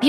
美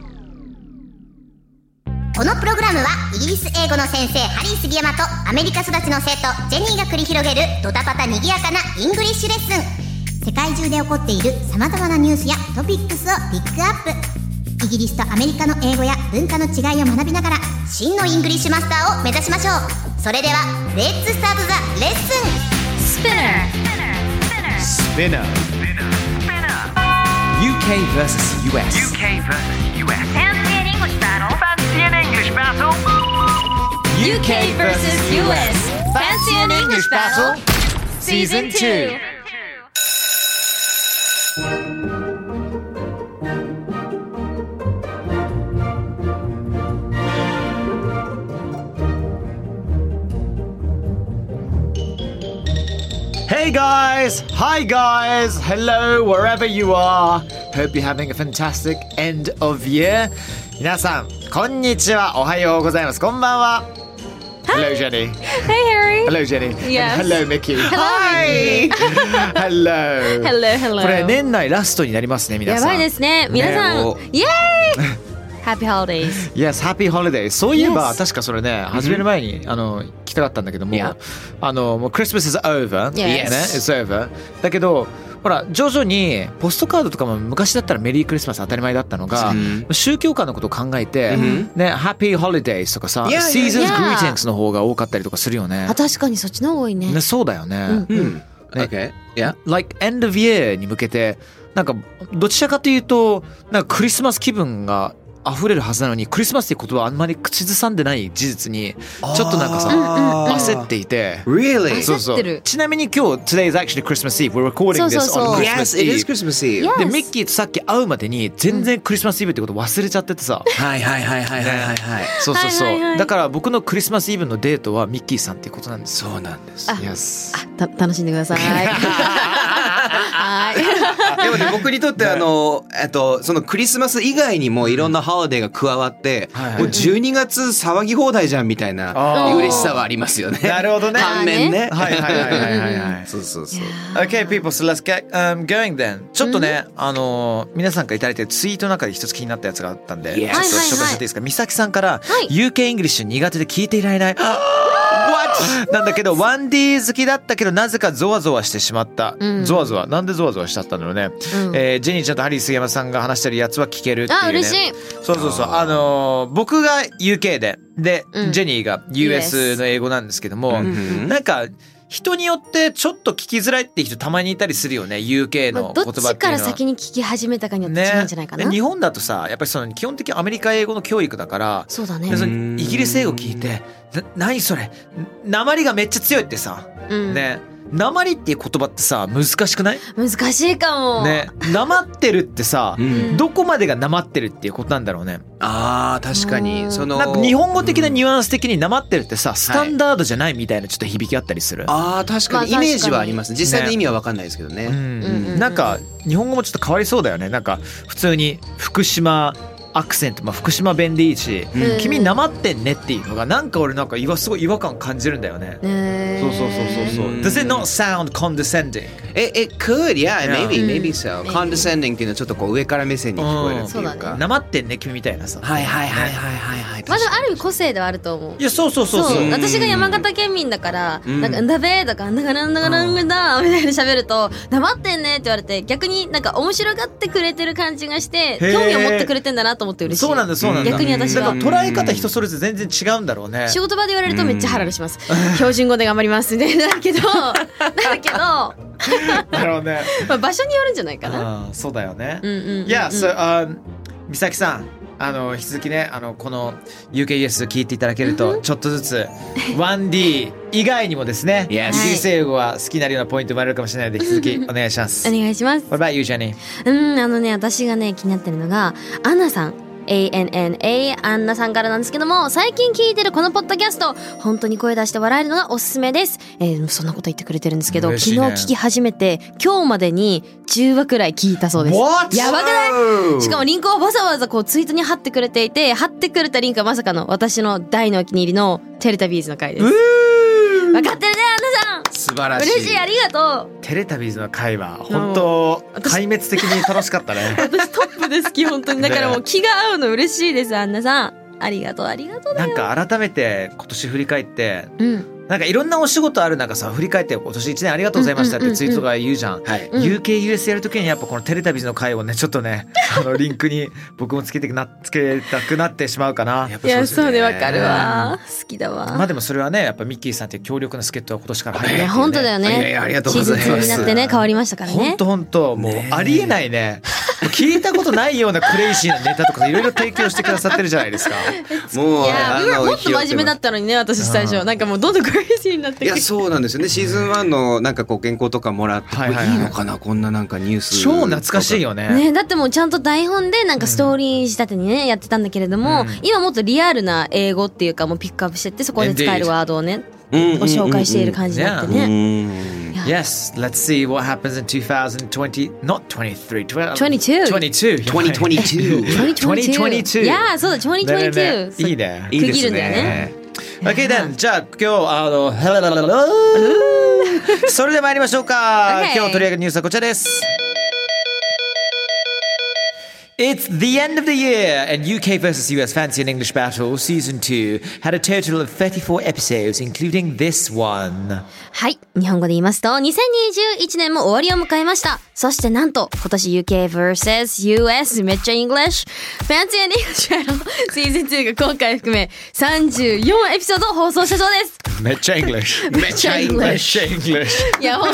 このプログラムはイギリス英語の先生ハリー杉山とアメリカ育ちの生徒ジェニーが繰り広げるドタパタにぎやかなイングリッシュレッスン世界中で起こっている様々なニュースやトピックスをピックアップイギリスとアメリカの英語や文化の違いを学びながら真のイングリッシュマスターを目指しましょうそれではレッツスタートザレッスン Spinner. UK versus US. UK versus US. Fancy an English battle. Fancy an English battle. UK versus US. Fancy an English battle? Season 2. Hey guys! Hi guys! Hello, wherever you are! Hope you're having a fantastic end of year. 皆さん、こんにちは。おはようございます。こんばんは。Hello, Jenny. Hey, Harry. Hello, Jenny. Yes. And hello, Mickey. Hi. hello. Hello, hello. これ年内ラストになりますね、皆やさん。ばいですね。皆さん、ねお イエーイ !Happy Holidays. Yes, Happy Holiday. そういえば、 Yes. 確かそれね、始める前に、あの、聞きたかったんだけども、 Yeah. あの、もう Christmas is over. Yes. ね、it's over. だけど、ほら、徐々に、ポストカードとかも昔だったらメリークリスマス当たり前だったのが、宗教観のことを考えて、ね、Happy Holidays とかさ、 Yeah, yeah, Seasons yeah. Greetings の方が多かったりとかするよねあ、。確かにそっちの方が多いねね。そうだよね。 Okay. Yeah. like end of year に向けてなんかどちらかというとなんかクリスマス気分が溢れるはずなのにクリスマスっていう言葉はあんまり口ずさんでない事実にちょっとなんかさ焦っていて。 Really? そうそ焦ってるうちなみに今日 Today is actually Christmas Eve We're recording そう this そうそう on Yes, Christmas it is Eve Christmas Eve. Yeah. で Yes. ミッキーとさっき会うまでに全然クリスマスイブってこと忘れちゃっててさはいはいはいはいはいはいはい。そうそうはいはいそはういだから僕のクリスマスイブのデートはミッキーさんっていうことなんですよそうなんです。 Yes た楽しんでく ださい。はい。でもね僕にとってあのえっとそのクリスマス以外にもいろんなハロデーが加わって、はいはいもう12月騒ぎ放題じゃんみたいあなー嬉しさはありますよね。なるほどね反面ね。はいはいはいはいはいは いそうそうそう。 Okay, people, so let's get、um, going then. ちょっとね、あのー皆さんからいただいてるツイートの中で一つ気になったやつがあったんで、 Yes. ちょっとはいはいはい紹介していいですか。美咲さんから、はい UK イングリッシュ苦手で聞いていられない。What? なんだけど、1D 好きだったけど、なぜかゾワゾワしてしまった。うんゾワゾワ。なんでゾワゾワしちゃったんだろうね。うんえージェニーちゃんとハリー杉山さんが話してるやつは聞けるっていう、ね。あ嬉しいそうそうそう。あのー僕が UK で、で、うんジェニーが US US の英語なんですけども、うんなんか人によってちょっと聞きづらいって人たまにいたりするよね UK まあの言葉っていどっうのは。ちから先に聞き始めたかによって違うんじゃないかな。ね、日本だとさやっぱりその基本的にアメリカ英語の教育だから、そうだでねそ。のイギリス英語聞いて「な何それ鉛がめっちゃ強い」ってさ、うんね鉛っていう言葉ってさ難しくない難しいかも。ね鉛ってるってさ、うんどこまでが鉛ってるっていうことなんだろうね。ああ確かうにんそのなんか日本語的なニュアンス的に鉛ってるってさスタンダードじゃないみたいなちょっと響きあったりする。ああ確かにまイあ確かにメージはあります。実際のね意味はわかんないですけどうね。んうんうんなんか日本語もちょっと変わりそうだよねなんか普通に福島アクセント、まあ、福島弁でいいし「うん君なまってんね」っていうのがなんか俺なんかいわすごい違和感感じるんだよね。ねそうそうそうそうそう。うん Does it not sound condescending? ええ could yeah Yeah. maybe maybe う so ん condescending っていうのはちょっとこう上から目線に聞こえるってそういだうか。ねなまってんね君みたいなさ。はいはいはいはいはいはい。まあでもある意味個性ではあると思うい。やそうそうそうそう。そう私が山形県民だから、うんなんか、んだべーとか、なんだかなんだかなんだかみたいに喋ると、黙ってんねって言われて、逆になんか面白がってくれてる感じがして、ー興味を持ってくれてんだなと思って嬉しい。そうなんだそうなんだ。逆に私はだから捉え方人それぞれ全然違うんだろうね。仕事場で言われるとめっちゃハラハラします。標準語で頑張りますね。だけ ど、だけど、まなるほどね。あ、場所によるんじゃないかな。あーそうだよね。うんうんうんうん。いや、そう、あー、美咲さん、あの、引き続きね、あの、この UKES 聞いていただけると、ちょっとずつ、1D 以外にもです ね、イギ Yes リス英語は好きになるようなポイントもあるかもしれないので、引き続きお願いしまおす。願いします。 What about you, Jenny? うん、あのね、私がね、気になってるのが、アンナさん。 ANNA アンナさんからなんですけども最近聞いてるこのポッドキャスト本当に声出して笑えるのがおすすめです、えーそんなこと言ってくれてるんですけど、嬉し昨い日ね聞き始めて今日までに10話くらい聞いたそうです What? やばくないいしかもリンクをわざわざこうツイートに貼ってくれていて貼ってくれたリンクはまさかの私の大のお気に入りのテレタビーズの回です分かってるねアンナ素晴らさんしい嬉しいありがとうテレタビーズの会話本当壊滅的に楽しかった ね私トップですき本当にだからもう気が合うの嬉しいですアンナさんありがとうありがとうなんか改めて今年振り返ってうんなんかいろんなお仕事ある中さ振り返って今年一年ありがとうございましたってツイートとか言うじゃんはい、うん UKUS やるときにやっぱこのテレタビーズの会をねちょっと ねあのリンクに僕もつけてくなつけたくなってしまうかなやっぱいやそうですねよわかるわ好きだまあわでもそれはねやっぱミッキーさんっていう強力な助っ人は今年から入ったいっていうや本当だよいやいねやありがとうシごーズざンいます2になってね変わりましたから本ね当本当もうねえありえないね聞いたことないようなクレイジーなネタとかいろいろ提供してくださってるじゃないですかもういやあのもっと真面目だったのにね私最初なんかもうどんどんクレイジーになっていくるやそうなんですよねシーズン1のなんかこう原稿とかもらって、はいはいはいこれいいのかなこんななんかニュース超懐かしいよよねね、だってもうちゃんと台本でなんかストーリー仕立てにね、やってたんだけれども、うん今もっとリアルな英語っていうかもうピックアップしてってそこで使えるワードをねごご紹介している感じになってね。ね Yes, let's see what happens in 2020 not 23 12 22 22 2022 2022いやーそうだ ね2022、ねいいねいいです区切るんだよねね OK then じゃあ今日あのヘララララそれで参りましょうか Okay 今日取り上げるニュースはこちらです It's the end of the year, and UK versus US Fancy and English Battle Season 2 had a total of 34 episodes, including this one. はい日本語で言いますと2021年も終わりを迎えましたそしてなんと今年 UK vs.US めっちゃ English Fancy and English の シーズン2が今回含め34エピソードを放送したそうです Mecha English. めっちゃ English Mecha English. いや、ほん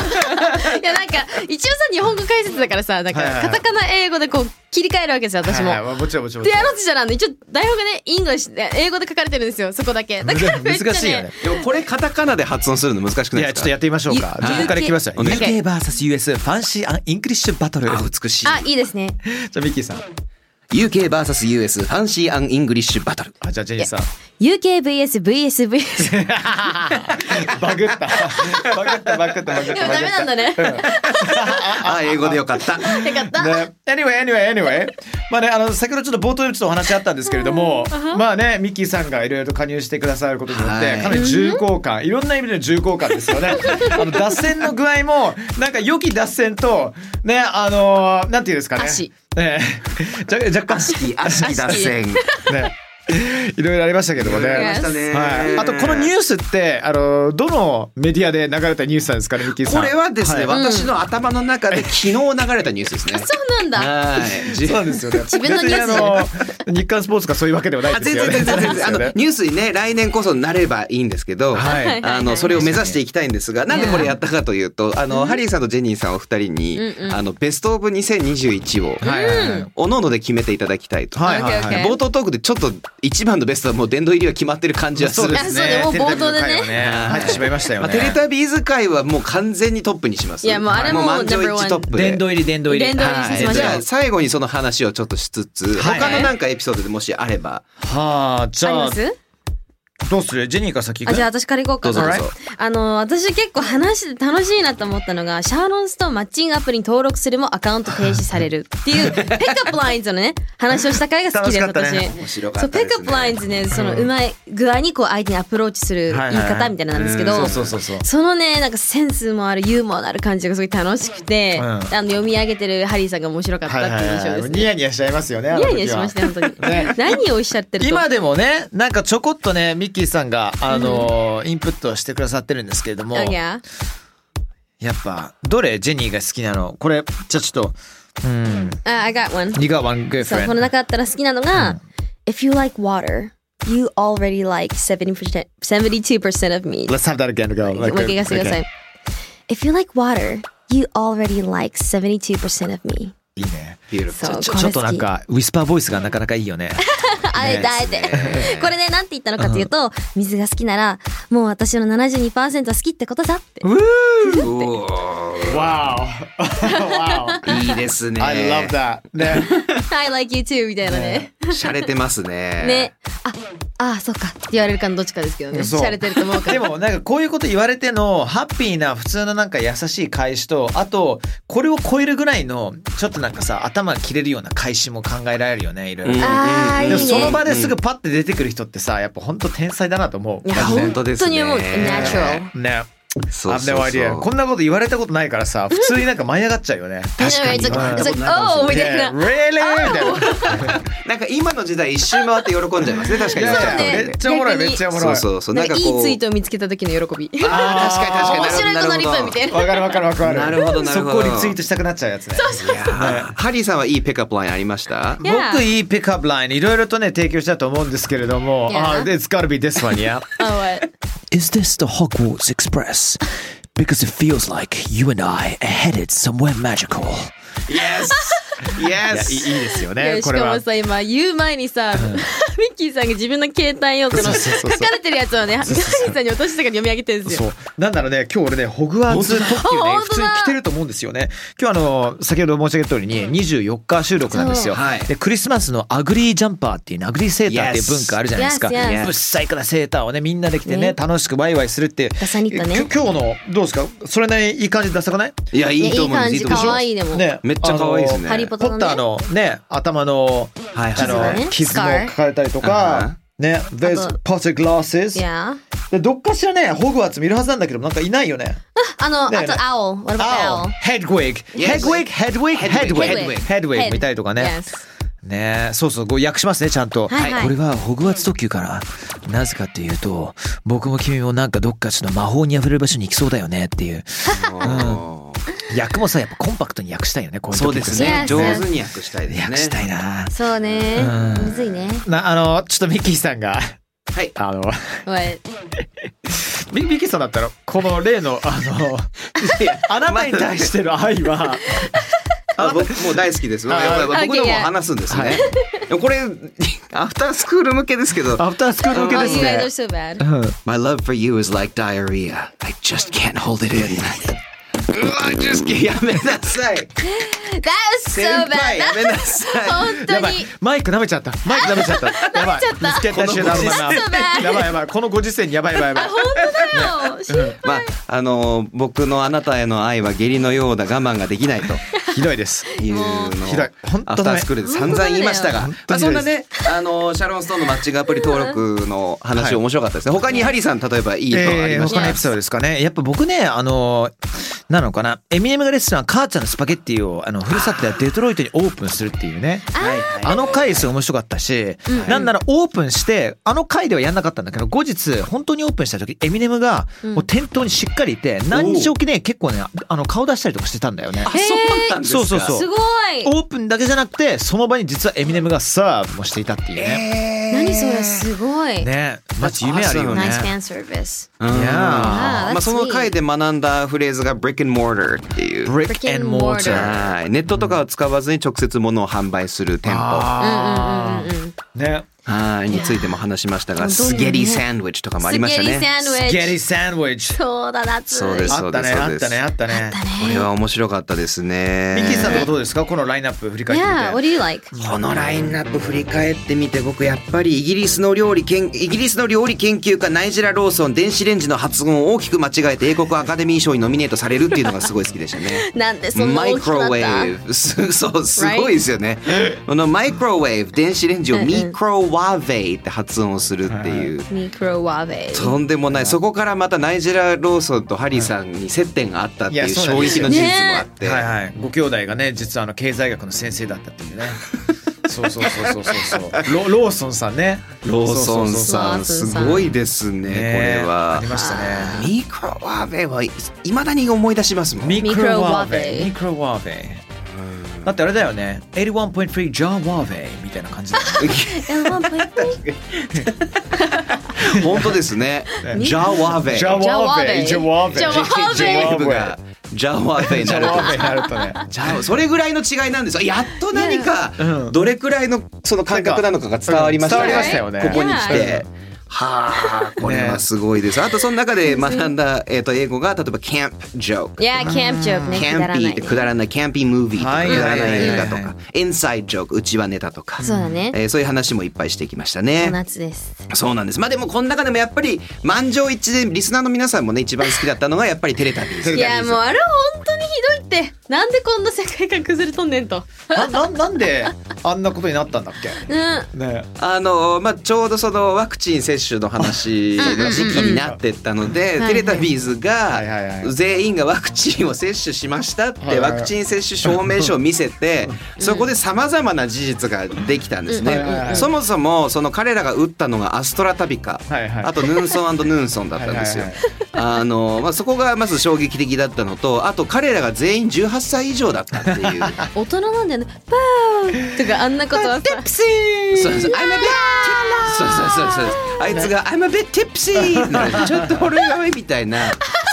いや、なんか、一応さ、日本語解説だからさ、なんか、はいはいはいカタカナ英語でこう、切り替えるわけですよ、私も。はいはいもちろんもちろんで、やろうとしたら、あの一応、台本がね、イングリッシュで、英語で書かれてるんですよ、そこだけ。だから、めっちゃ、ね、難しいよね。でもこれカタカナで発音するの難しくいないやでちすょっかとやってみましょうか。ゆじゃあ僕からいきますよ。はい UK vs US ファンシーイングリッシュバトル。あじ美しいあ、いいですね。ゃあミッキーさん。 UKVSUS ファンシーアン・イングリッシュバトルあじゃあジェニーさん。 UKVSVSVS。バグった。バグったバグったバグった。でもダメなんだね。あ英語でよかったよかった。ね、anyway, anyway, anyway. まあね、あの、先ほどちょっと冒頭でちょっとお話あったんですけれども、まあね、ミッキーさんがいろいろと加入してくださることによって、はいかなり重厚感、いろんな意味での重厚感ですよ ね。あの、脱線の具合も、なんか良き脱線と、ね、あのーなんていうんですかね。足ね、 じゃ若干、いい悪しき脱線ね、いろいろありましたけどもね。いろいろありましたましたねはい、あとこのニュースってあのどのメディアで流れたニュースなんですかねミッキーさんこれはですね、は私の頭の中で昨日流れたニュースですね。そうなんだ。はい。そうなんですよね自分のニ別ュースにあの日刊スポーツがそういうわけではないあです全よ然ね全然全然あそうのですよねニュースにね来年こそなればいいんですけど、はいはいあのそれを目指していきたいんですがなんでこれやったかというとあのハリーさんとジェニーさんお二人にうんうんあのベストオブ2021をはいはいはいおのので決めていただきたいと。はいはいオッケーオッはケいー冒頭トークでちょっと一番のベストはもう殿堂入りは決まってる感じはするんあそうねもう冒頭でねテレビの回は入ってしまいましたよまあ、ねテレタビーズ界はもう完全にトップにします。いやもうあれも満場ナンバーワ一ン致トップで。殿堂入り殿堂入り殿堂入りしましじょうゃあ最後にその話をちょっとしつつ、はい他のなんかエピソードでもしあれば、はあじありゃあますどうするジェニーから先行あくじゃあ私から行こうかどうなぞどうぞあの私結構話してて楽しいなと思ったのがシャーロンスとマッチングアプリに登録するもアカウント停止されるっ ていうペックアップラインズのね話をした回が好きです楽しかった私ね面白かそっうたペッですね。クアップラインズねそのうまい具合にこう相手にアプローチする言い方みたいなのなんですけど、うんそうそうそうそうそのねなんかセンスもあるユーモアのある感じがすごい楽しくて、うんあの読み上げてるハリーさんが面白かったっはていはいいう印象はでいすね。ニヤニヤしちゃいますよねあニの時ヤはニヤしましたよ本当に、ね 何をおっしゃってると今でもねなんかちょこっとねミッキーさんがあのインプットしてくださってるんですけれどもあいややっぱどれジェニーが好きなのこれじゃあちょっとうん Ah, I got one You got one good そうこ friend の中だったら好きなのが、If you like water, you already like 70% 72% of me. Let's have that again go もう一回言わせてください。If you like water, you already like 72% of me. いいね Beautiful そうちょこれちょ好っ きとなんかウィスパーボイスがなかなかいいよね あえてあえて。 これね、なんて言ったのかというと、水が好きなら、もう私の72%は好きってことだって。おー Wow. wow. いいですね。 I love that. ね I like you too みたいなね。洒落てますね。ね。あ、ああ、そうかって言われるかのどっちかですけどね。そうしゃれてると思うでから。でも、もなんかこういうこと言われてのハッピーな普通のなんか優しい返しとあとこれを超えるぐらいのちょっとなんかさ頭切れるような返しも考えられるよねいろいろ。うんあーいいでねもその場ですぐパッて出てくる人ってさやっぱ本当天才だなと思う。いやマジ本当ですね。本当に思う natural でね。そうそう I've no そう idea こんなこと言われたことないからさ普通になんか舞い上がっちゃうよね。確かに It's like, it's like, うん oh! み たいな Yeah,。really? みたいな。なんか今の時代一周回って喜んじゃいますね。確かに言われちゃったいわけやめでっ。ちゃおもろいめっちゃおもろそ。いうそうそう。ななんんかかこ。いういツイートを見つけた時の喜び。面あー確かに確かに。白いことなりそうみたいな。な。わかるわかるわかる。なるほどなるほどそこリツイートしたくなっちゃうやつね。いやーハリーさんはいいペックアップラインありました。 Yeah. 僕いいピックアップラインいろいろとね提供したと思うんですけれども、 Yeah. あ、it's gotta be this one, yeah. Oh, what? Is this the Hogwarts Express? Because it feels like you and I are headed somewhere magical. Yes. いや Yes. いいいいですよいねやしこれかはも。さ今言う前にさ、ミッキーさんが自分の携帯をそのそうそうそう書かれてるやつをねハリーさんに落としてから読み上げてるんですそよ。うなんだろうね今日俺ねホグワーツ特急ね本普当通だに来てると思うんですよね今日あの先ほど申し上げた通りに24日収録なんですよ、そうはいでクリスマスのアグリージャンパーっていうねアグリーセーターっていう文化あるじゃないですか Yes, yes. ぶっさいからセーターをねみんなで着てねね楽しくワイワイするってダサニットねき今日のどうですかそれなりにいい感じでダサくないいやいねいと思う感じと思可う愛いでも。ねめっちゃ可愛いですね。ハリポポタのッターねのね頭のはいあの、がね傷もスカー書かれたりとうんか、ね、There's あと potter glasses い。やで、どっかしらね、ホグワーツ見るはずなんだけど、なんかいないよね。あのあねえねと青 What about 青、青 Hedwig、 Yes Hedwig、Hedwig、Hedwig、 Hedwig Hedwig Head 見たりとかね。 Yes ね、そうそう、こう訳しますね、ちゃんと。はいはい。これはホグワーツ特急からなぜかっていうと僕も君もなんかどっかちょっと魔法にあふれる場所に行きそうだよねっていううん訳もさ、やっぱコンパクトに訳したいよね、こういう時そうですね。 Yes. 上手に訳したいですね。訳したいな。そうねうんむずいね。な、あの、ちょっとミッキーさんが、はいあの、 What ミミッキーさんだったら、この例の、あの、あなたに対しての愛は、あ僕もう大好きです。はいやっぱり僕のも Okay, yeah. 話すんですね。でもこれアフタースクール向けですけど。アフタースクール向けです Oh you guys are ね。 so bad My love for you is like diarrhea. I just can't hold it in. うわ just can't- やめなさい。 That was 先 so 輩 bad やめなさい。本や当ばいにマイク舐めちゃったマイク舐めちゃ ったやばい見つけた瞬間このご時世やばいやばいこのご時世にやばいやばいやばい本 当だよしまああのー僕のあなたへの愛は下痢のようだ我慢ができないとひどいですいうのをひどい本当アフタだーねスクールで散々言いましたが、まあそんなねあのーシャロンストーンのマッチングアプリ登録の話面白かったですね。他にハリーさん例えばいいのありえーまし他たのエピソードですかねやっぱ僕ねあのなのかなエミネムがレストラン母ちゃんのスパゲッティをあのふるさとやデトロイトにオープンするっていうねはいあの回すごい面白かったし、なんならオープンして、あの回ではやんなかったんだけど、後日、本当にオープンした時、エミネムが、もう店頭にしっかりいて、何日おきね、結構ね、あの、顔出したりとかしてたんだよね。あそうなんですか。そうそうそうすごいオープンだけじゃなくて、その場に実はエミネムがサーブもしていたっていうね。何それすごいねマジ夢あるよね Nice。fan service うん。いやあーまあその回で学んだフレーズが brick and mortar っていうー。ブリック Brick ン and モータ mortar ー。はい、ネットとかを使わずに直接物を販売する店舗あうんうんうんうんーね。はいについても話しましたが本当にねスゲリサンドイッチとかもありましたスゲリね。サンドイスゲッリチーサンドイッチ。そうだなそうですあったね、そうあっですたね、あったね。これは面白かったですね。ミッキーさんとかどうですかこのラインナップ振り返ってみ Yeah, what て。 do you like?。このラインナップ振り返ってみて僕やっぱりイギリスの料理研イギリスの料理研究家ナイジェラ・ローソン電子レンジの発音を大きく間違えて英国アカデミー賞にノミネートされるっていうのがすごい好きでしたね なんでそんなマイ大きクくなロウったェーブす そうすごいですよね。このマイクロウェーブ電子レンジをミクロワーベイって発音をするっていう。ミクロワーベとんでもないそこからまたナイジェラ・ローソンとハリーさんに接点があったっていいうやそうなん衝です撃よの事実もあって、はいはい。ご兄弟がね、実はあの、経済学の先生だったっ ていうね。そうそうそうそうそうそう。ロローソンさんね。ローソンさんそうそうそうすそうごいですねねこれはあり。ましたね。ミクロワーベイはいまだに思い出しますもん。ミクロワーベイミクロワーベイ。だってあれだよね。81.3ジョン・ワーベイみたいな感じだよね。イ。本当ですね。ジャワーベイ。ジャワーベ イジャワーベイ。ジャワーベイ ジャワーベイがジャワフェになるラーメンになるとね。 じゃあそれぐらいの違いなんですよやっと何かどれくらいのその感覚なのかが伝わりました伝わりましたよねここに来てう。はあこれはすごいです。あとその中で学んだ、えー、と英語が例えば「キャンプジョーク」いや、キャンプジョーク「ね。キくだャンらピなー」いってくだらない「キャンピームービー」とはかいくだらない映画とはいはいか「インサイドジョーク」うちはネタとか、そうだね。えーそういう話もいっぱいしてきましたね。お夏です。そうなんです。まあでもこの中でもやっぱり満場一致でリスナーの皆さんもね一番好きだったのがやっぱりテレタビーズ。いや、もうあれは本当にひどいって。なんでこんな世界観崩れとんねんと。なななんであんなことになったんだっけうん。ねあのまあちょうどそのワクチン接種の話の時期になってったので、うんテレタビーズいはいはいはがい全員がワクチンを接種しましたっはいてはいワクチン接種証明書を見せて、そこでさまざまな事実ができたんですうんはいはいはね。いそもそもその彼らが打ったのがアストラタビカ、はいはいあとヌンソンヌンソンだったんですよ。あのまあそこがまず衝撃的だったのと、あと彼らが全員18歳以上だったっていう。大人なんだよね。パーとかあんなこ とはさ。そうそう、I'm a bit. そうそうそうそう。あいつが I'm a bit tipsy。ちょっと俺がみたいな。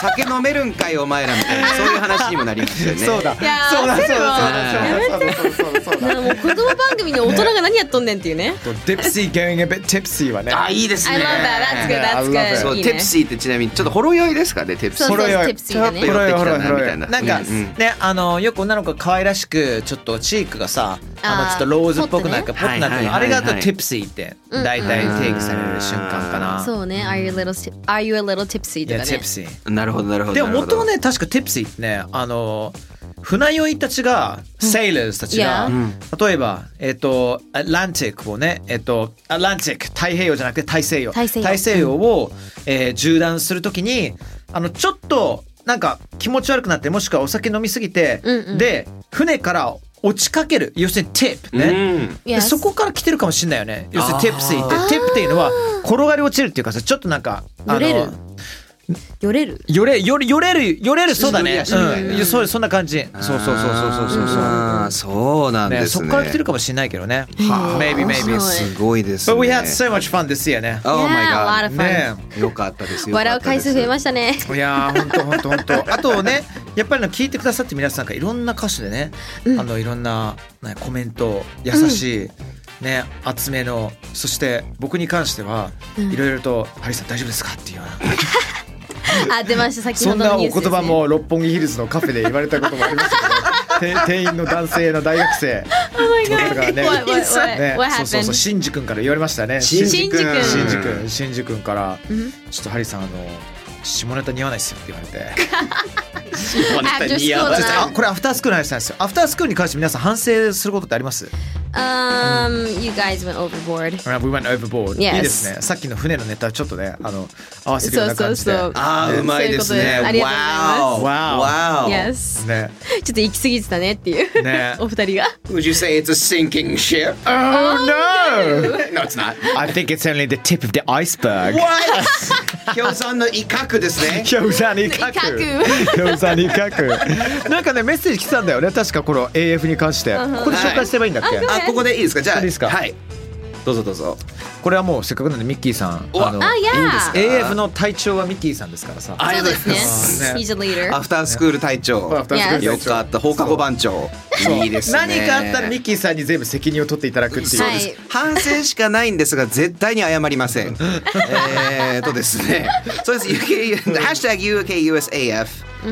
酒飲めるんかいお前らみたい なそういう話にもなりますよね。そうだいやーそうだそうだそうだそうだそうだそうだそうだそうだもう子供番組に大人が何やっとんねんっていうね。デプシー getting a bit tipsy はねあいいです I ね love。that. That's good. I love it. That's そ good. ういいテねプ。シーってちなみにちょっとほろ酔いですかねテプシそうー。そほうろそ酔う、いテプシーがちょっねと。寄ってきたなほろ酔いほろみ酔いたいな。なんか、うんうんねあのよく女の子が可愛らしくちょっとチークがさあのあーちょっとローズっぽくなんかポポッとなってるはいあはいれはいがとティプシーってうん大体定義される瞬間かな、そうね。Are you a little tip- Are you a little tipsy? いとやかティねプ。シーなるほどなるほど。でも元はなるね確かティプシーってねあの船酔いたちが、セイラーズたちが、 Yeah 例えば、えっとアトランティックをね、えっとアトランティック太平洋じゃなくて大西洋大西洋を、えー縦断するときにあのちょっとなんか気持ち悪くなってもしくはお酒飲みすぎて、うんうんで船から落ちかける要するにティップほどね、うんで Yes そこから来てるかもしれないよね。要するにあーティプシーってティップっていうのは転がり落ちるっていうかさちょっとなんかあのよれるよれる。よれよれよれるよれるそうだね。足の指うん、そうそんな感じ。そうそうそうそうそうそうそう。あーそうなんでね、すそね。こから来てるかもしれないけどね。maybe 面白 maybe。いすごいですね。 But we had so much fun this year ね。 Oh my Yeah, a lot god。 of fun. ね。よかったですよ。笑う回数増えましたね。いやー本当本当本当。あとね、やっぱりの聞いてくださって皆さんがいろんな歌手でね、あのいろんな、ね、コメント優しい。ね、厚めのそして僕に関しては、いろいろと「ハリーさん大丈夫ですか?」っていうようなあ、出ました。先そほんどのなおニュ言ースですね。葉も六本木ヒルズのカフェで言われたこともありまし たけどて店員の男性の大学生の方からね What- what- what- ね what そうそうそう happened? シンジ君から言われましたねシンジ新宿君。シンジ君君シンジ君からん「ちょっとハリーさんあの下ネタ似合わないっすよ」って言われ て。ちょっとあ After school だ。これアフタースクールの話なんですよ。アフタースクールに関して皆さん反省することってあります、 Um, you guys went overboard. We went overboard. Yes. いいですね。さっきの船のネタちょっとね、あの合わせるようそうなそ感うじで。そう。あーうまいですそういうね。ことですありが Wow. ごとうざい Wow. ま Yes. ね、ちょっと行き過ぎてたねっていう、ね お二人が Would you say it's a sinking ship? oh, no! No, it's not. I think it's only the tip of the iceberg. What? ヒョウさんの威嚇です ね。に書くに書 くなんかねメッセージ来てたんだよね確かこの AF に関してここで紹介すればいいんだっけ、あ、ここでいいですか。じゃあ、ここでいいですかはい。どうぞどうぞ。これはもうせっかくなんでミッキーさんおあのあいやいいんですか AF の隊長はミッキーさんですからさありそがうとうでごすざいねます。ね He's a leader アフタースクール隊長。アフタースクール隊長よかった。放課後番長。いいですね。何かあったらミッキーさんに全部責任を取っていただくっていう、はでいす反省しかないんですが絶対に謝りません。えーとですね、そうです。UK、ハッシュタグ UKUSAF、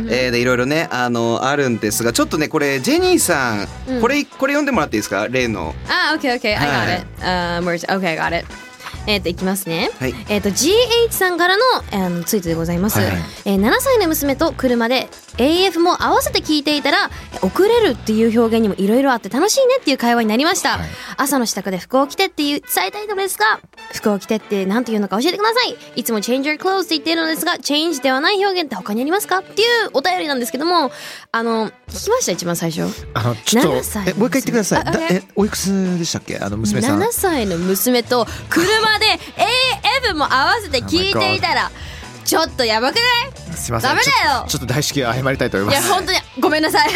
えーでいろいろねあのあるんですが、ちょっとねこれジェニーさん、これこれ読んでもらっていいですか？例の。あ OK OK I はい got it、uh, merge OK I got it えっといきますね、はいえっと GH さんからのあのツイートでございます、えー7歳の娘と車で AF も合わせて聞いていたら遅れるっていう表現にもいろいろあって楽しいねっていう会話になりました、朝の支度で服を着てっていう伝えたいのですが服を着てって何て言うのか教えてくださいいつも change your clothes って言っているのですが change ではない表現って他にありますかっていうお便りなんですけどもあの聞きました一番最初あのちょっと7歳えもう一回言ってくださいあだ OK えおいくつでしたっけあの娘さん7歳の娘と車で AF も合わせて聞いていたらちょっとやばくないすいませんダメだちょっよとちょっと大至急謝りたいと思いまいやす本当にごめん なさい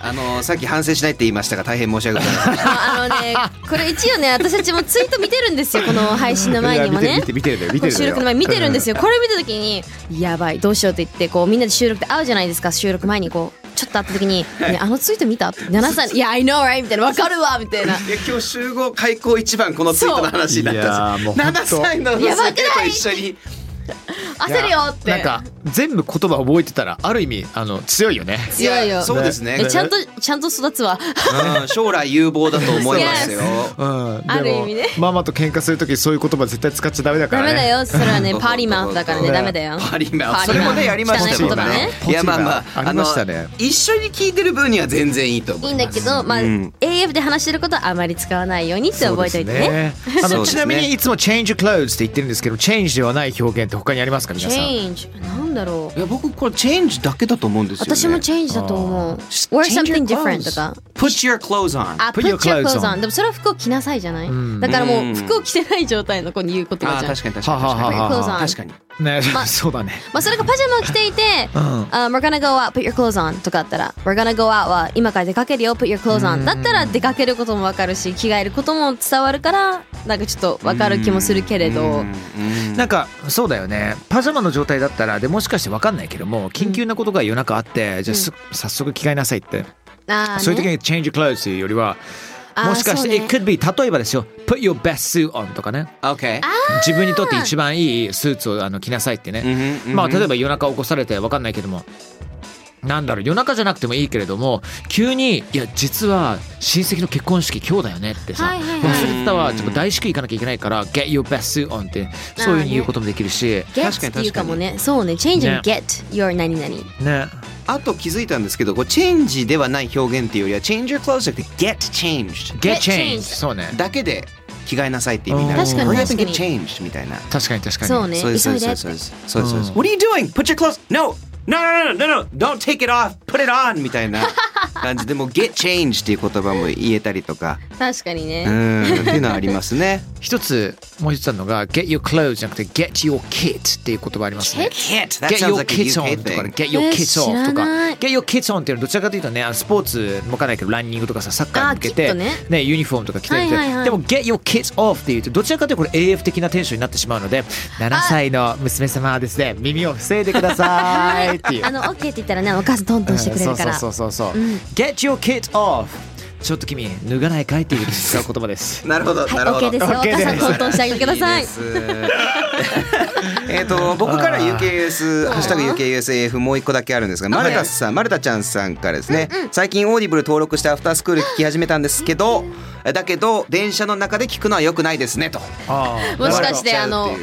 あのさっき反省しないって言いましたが大変申し訳ございま せんあのねこれ一応ね私たちもツイート見てるんですよこの配信の前にもいやね見てる見てる見てる見てる収録の前に見てるんですようんこれ見た時にやばいどうしようって言ってこうみんなで収録で会うじゃないですか収録前にこうちょっと会った時に「ねあのツイート見た?」って「7歳のいや I know right」みたいな「わかるわ」みたいな。いや今日集合開口一番このツイートの話になったんですよいやーもう本7当歳の娘やばくなとい一緒に 焦るよってなんか全部言葉覚えてたらある意味あの強いよね強いよやそうですねえちゃんとちゃんと育つわうん将来有望だと思います ようん、ある意味ねでもママと喧嘩するときそういう言葉絶対使っちゃダメだかダらねメだよそれ はねパーリーマウスだからねねダメだよパリマンパリマンそれもねやりました汚いよ言葉ねいやまあまあありましたねあの一緒に聞いてる分には全然いいと思いいいんますだけどまあうん AF で話してることはあまり使わないようにって覚えておいてねそうですねあそうのですちねなみにいつも change clothes って言ってるんですけど change ではない表現って他にありますかチ皆さん Change なんだろういや僕これチェンジだけだと思うんですよね私もチェンジだと思う。Wear something different とか。 Put your clothes on あ、 Put your clothes on でもそれは服を着なさいじゃない、んだからもううん服を着てない状態の子に言う言葉あじーゃん。確かに確はかあにはあはあ確はかあに確かにね、まそうだねまあそれかパジャマを着ていて、うん um, We're gonna go out, put your clothes on とかだったら、We're gonna go out は今から出かけるよ、put your clothes on だったら出かけることもわかるし、着替えることも伝わるから、なんかちょっとわかる気もするけれど、なんかそうだよねパジャマの状態だったらでもしかして分かんないけども緊急なことが夜中あって、じゃあす早速着替えなさいって、あーねそういう時に change clothes というよりはあーもしかして、そうね it could be 例えばですよ put your best suit on とかね OK 自分にとって一番いいスーツをあの着なさいってね、まあ例えば夜中起こされて分かんないけどもなんだろう夜中じゃなくてもいいけれども急に「いや実は親戚の結婚式今日だよね」ってさ、はいはいはい忘れてたわちょっと大至急行かなきゃいけないから「get your best suit on」ってそういうふうに言うこともできるし確か get に確かにっていうかもね、そうね、change and get your 何々。ねあと気づいたんですけどこうチェンジではない表現っていうよりは change your clothes じゃなくて get changed 「get Get changed changed」そうねだけで着替えなさいって意味になる確かに Hurry up 確 and か get に changed みたいな確かに確かにそうね、そうですそ急ういでですってそうですそうですそうですうん What are you doing? Put your clothes No! No, no, no, no, no, don't take it off, put it on! みたいな感じでもう get change っていう言葉も言えたりとか、確かにね。うん、っていうのはありますね。一つもう一つあるのが「get your clothes」じゃなくて「get your kit」っていう言葉ありますね Kit! That sounds Get your like a kids UK on とかね thing. Get your え kids 知 off らとかない Get your kids on っていうのはどちらかというとねあのスポーツもかんないけどランニングとかさサッカーに向けあきてっとねねユニフォームとか着てるんではいはいはいでも Get your kids off っていうとどちらかというとこれ AF 的なテンションになってしまうので7歳の娘様はですね耳を防いでくださいっていうあの、OK って言ったらね、お母さんトントンしてくれるから。そうそうそうそうそう Get your kids off ちょっと君脱がないかいっていう時に使う言葉ですなるほど、はなるほい、ど。 OK ですよ。お OK で母すさんトントンしてあげてください。いいです えっと僕から UKUS ハッシュタグ UKUSAF もう一個だけあるんですがマルタさんマルタちゃんさんからですね、最近オーディブル登録してアフタースクール聞き始めたんですけど、だけど電車の中で聞くのは良くないですねともしかして、なあるほどの、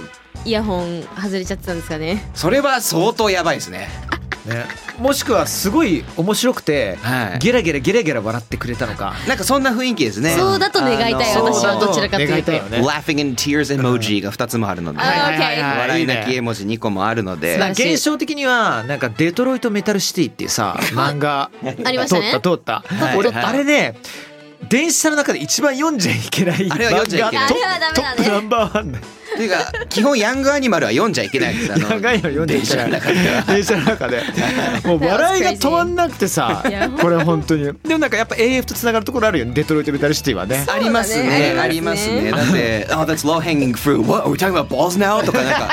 イヤホン外れちゃってたんですかね。それは相当やばいですねねもしくはすごい面白くてはいゲラゲラゲラゲラ笑ってくれたのかなんかそんな雰囲気ですねそうだと願いたい、あの私はどちらかというと。願いたいよね Laughing and tears emoji が2つもあるので、はいはいはいはい笑い泣き絵文字2個もあるので、なんか現象的にはなんか「デトロイト・メタル・シティ」っていう さ漫画ありましたね通った通ったはい俺はいあれね電車の中で一番読んじゃいけないあれは読んじゃいけない漫画あれはトッダメだねプトップナンバーワンだよというか基本ヤングアニマルは読んじゃいけないですあの長いの読んじゃいけない電車の中では電車の中でもう笑いが止まんなくてさ Yeah. これ本当にでもなんかやっぱ AF とつながるところあるよねデトロイト・メタル・シティはねありますね。あありりまますすね。ねだって、oh, that's low hanging fruit. What are we talking about balls now? とかなんか。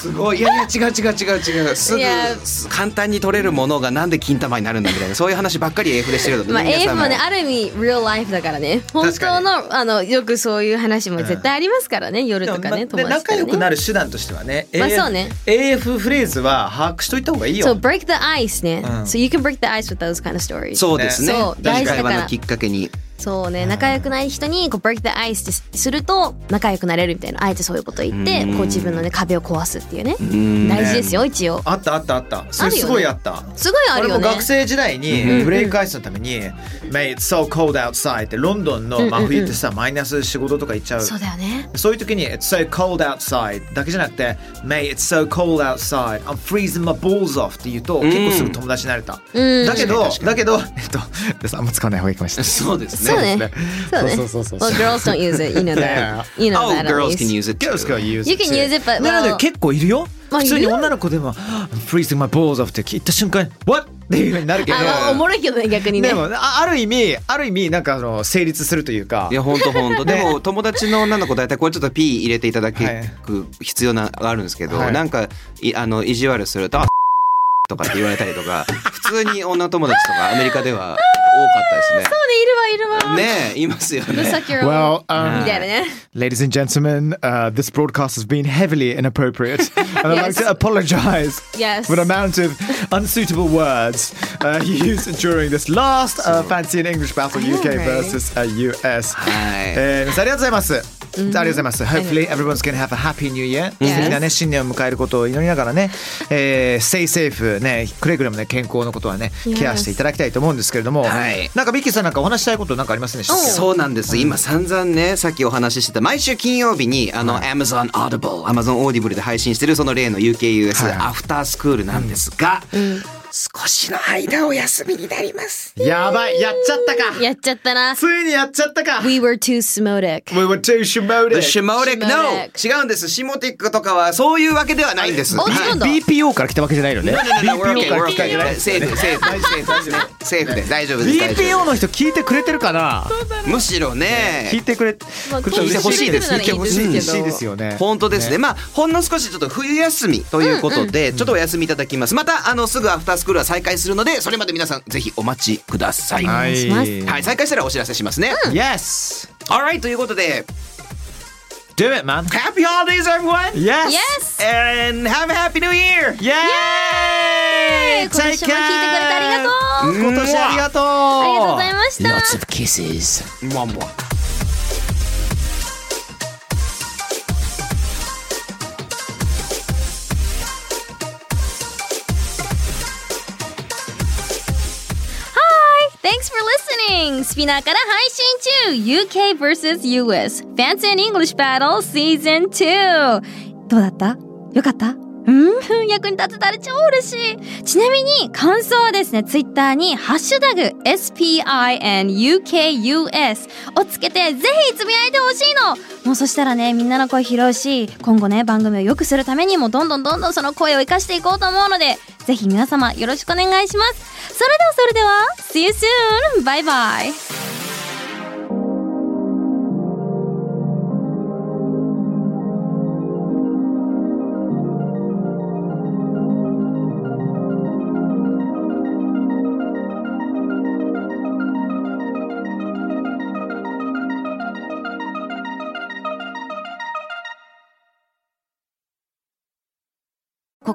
すごい。いやいや、違う違う違う違う。すいやぐ、す簡単に取れるものがなんで金玉になるんだみたいな、そういう話ばっかり AF でしてるので、まあ、皆 AF さんもね、ある意味、real life だからね。本当の、あの、よくそういう話も絶対ありますからね、夜でもとかね、まで友達と仲か良くなね。る手段としてはね、まあ AF そうね AF フレーズは把握しといた方がいいよそう、break the ice ね。ん So you can break the ice with those kind of stories. そうですねそう。大大事だ会から話のきっかけに。そうね仲良くない人にこう break the ice ってすると仲良くなれるみたいなあえてそういうこと言ってこう自分のね壁を壊すっていうね大事ですよ一応あったあったあった。それあるよねすごいあった。すごいあるよね俺も学生時代にブレイクアイスのために「Mate, it's so cold outside」ってロンドンの真冬ってさマイナス仕事とか行っちゃうそうだよねそういう時に「It's so cold outside」だけじゃなくて「Mate, it's so cold outside I'm freezing my balls off」って言うと結構すぐ友達になれたうんだけどだけどえっとですあんま使わない方がいいかもしれないそうですそうねそうねそうそうそうそう Well girls don't use it you know that you know Oh, that at girls least can use it. Girls too. can use You it can use it, but なので well- 結構いるよまあ普通に言う女の子でも「freezing my balls off」って聞いた瞬間に「what?」っていうようになるけどあのおもろいけどね逆にねでもあある意味ある意味なんかあの成立するというかいや本当本当ねでも友達の女の子大体これちょっと P 入れていただはいく必要なあるんですけど、はいなんかいあの意地悪するとあとかって言われたり とか普通に女友達とかアメリカでは多かったですね。いるわいるわねえいますよね。さっきより Well, み um, たいなね ladies and gentlemen, uh, this broadcast has been heavily inappropriate, and I'd like to apologize Yes. for the amount of unsuitable words uh, used during this last uh, fancy in English battle, UK Alright. versus uh, US. はい。えー、皆さんありがとうございます。ありがとうございます。Hopefully everyone's gonna have a happy new year. 素敵なね新年を迎えることを祈りながらね、えー、stay Eh, safe ねくれぐれもね健康のことはねケアしていただきたいと思うんですけれども、はいなんかミッキーさんなんかお話したいことなんかありますね。そうなんです。今散々ね、さっきお話ししてた、毎週金曜日に、あの、Amazon Audible、Amazon Audible で配信してる、その例の UKUS アフタースクールなんですが、少しの間お休みになります。やばいやっちゃったか。 やっちゃったなついにやっちゃったか。 We were too smotic We were too The shmoted. Shimotic, no! 違うんです。シモティックとかは、そういうわけではないんです。おはい違うんだ BPO から来たわけじゃないよね。 No, no, no, we're okay, we're から来たわけじゃない okay. セーフ、セーフ、セーフ、セーフで大丈夫です。大丈 BPO の人聞いてくれてるかな。夫むしろ聞いね、てくれ。くまあれたら嬉しいです。聞いてほしい聞いてでほすしけどいですよね。本当ですねまあほんの少しちょっと冬休みということで、ちょっとお休みいただきますまたあのすぐアフタースクールは再開するのでそれまで皆さんぜひお待ちくださいははい、い。再開したらお知らせしますね、 Yes. Alright ということで Do it, man. Happy Holidays everyone! Yes. Yes! And have a happy new year! Yay! 今年も聞いてくれてありがとうう今年ありがとうありがとうございました of kisses! もわもわはい Thanks for listening! スピナーから配信中 UK vs. US Fancy and English Battle Season 2どうだったよかったうん 役に立てたら超嬉しいちなみに感想はですね Twitter に「ハッシュタグ #SPINUKUS」をつけてぜひつぶやいてほしいのもうそしたらねみんなの声拾うし今後ね番組を良くするためにもどんどんどんどんその声を生かしていこうと思うのでぜひ皆様よろしくお願いしますそれではそれでは See you soon! バイバイこ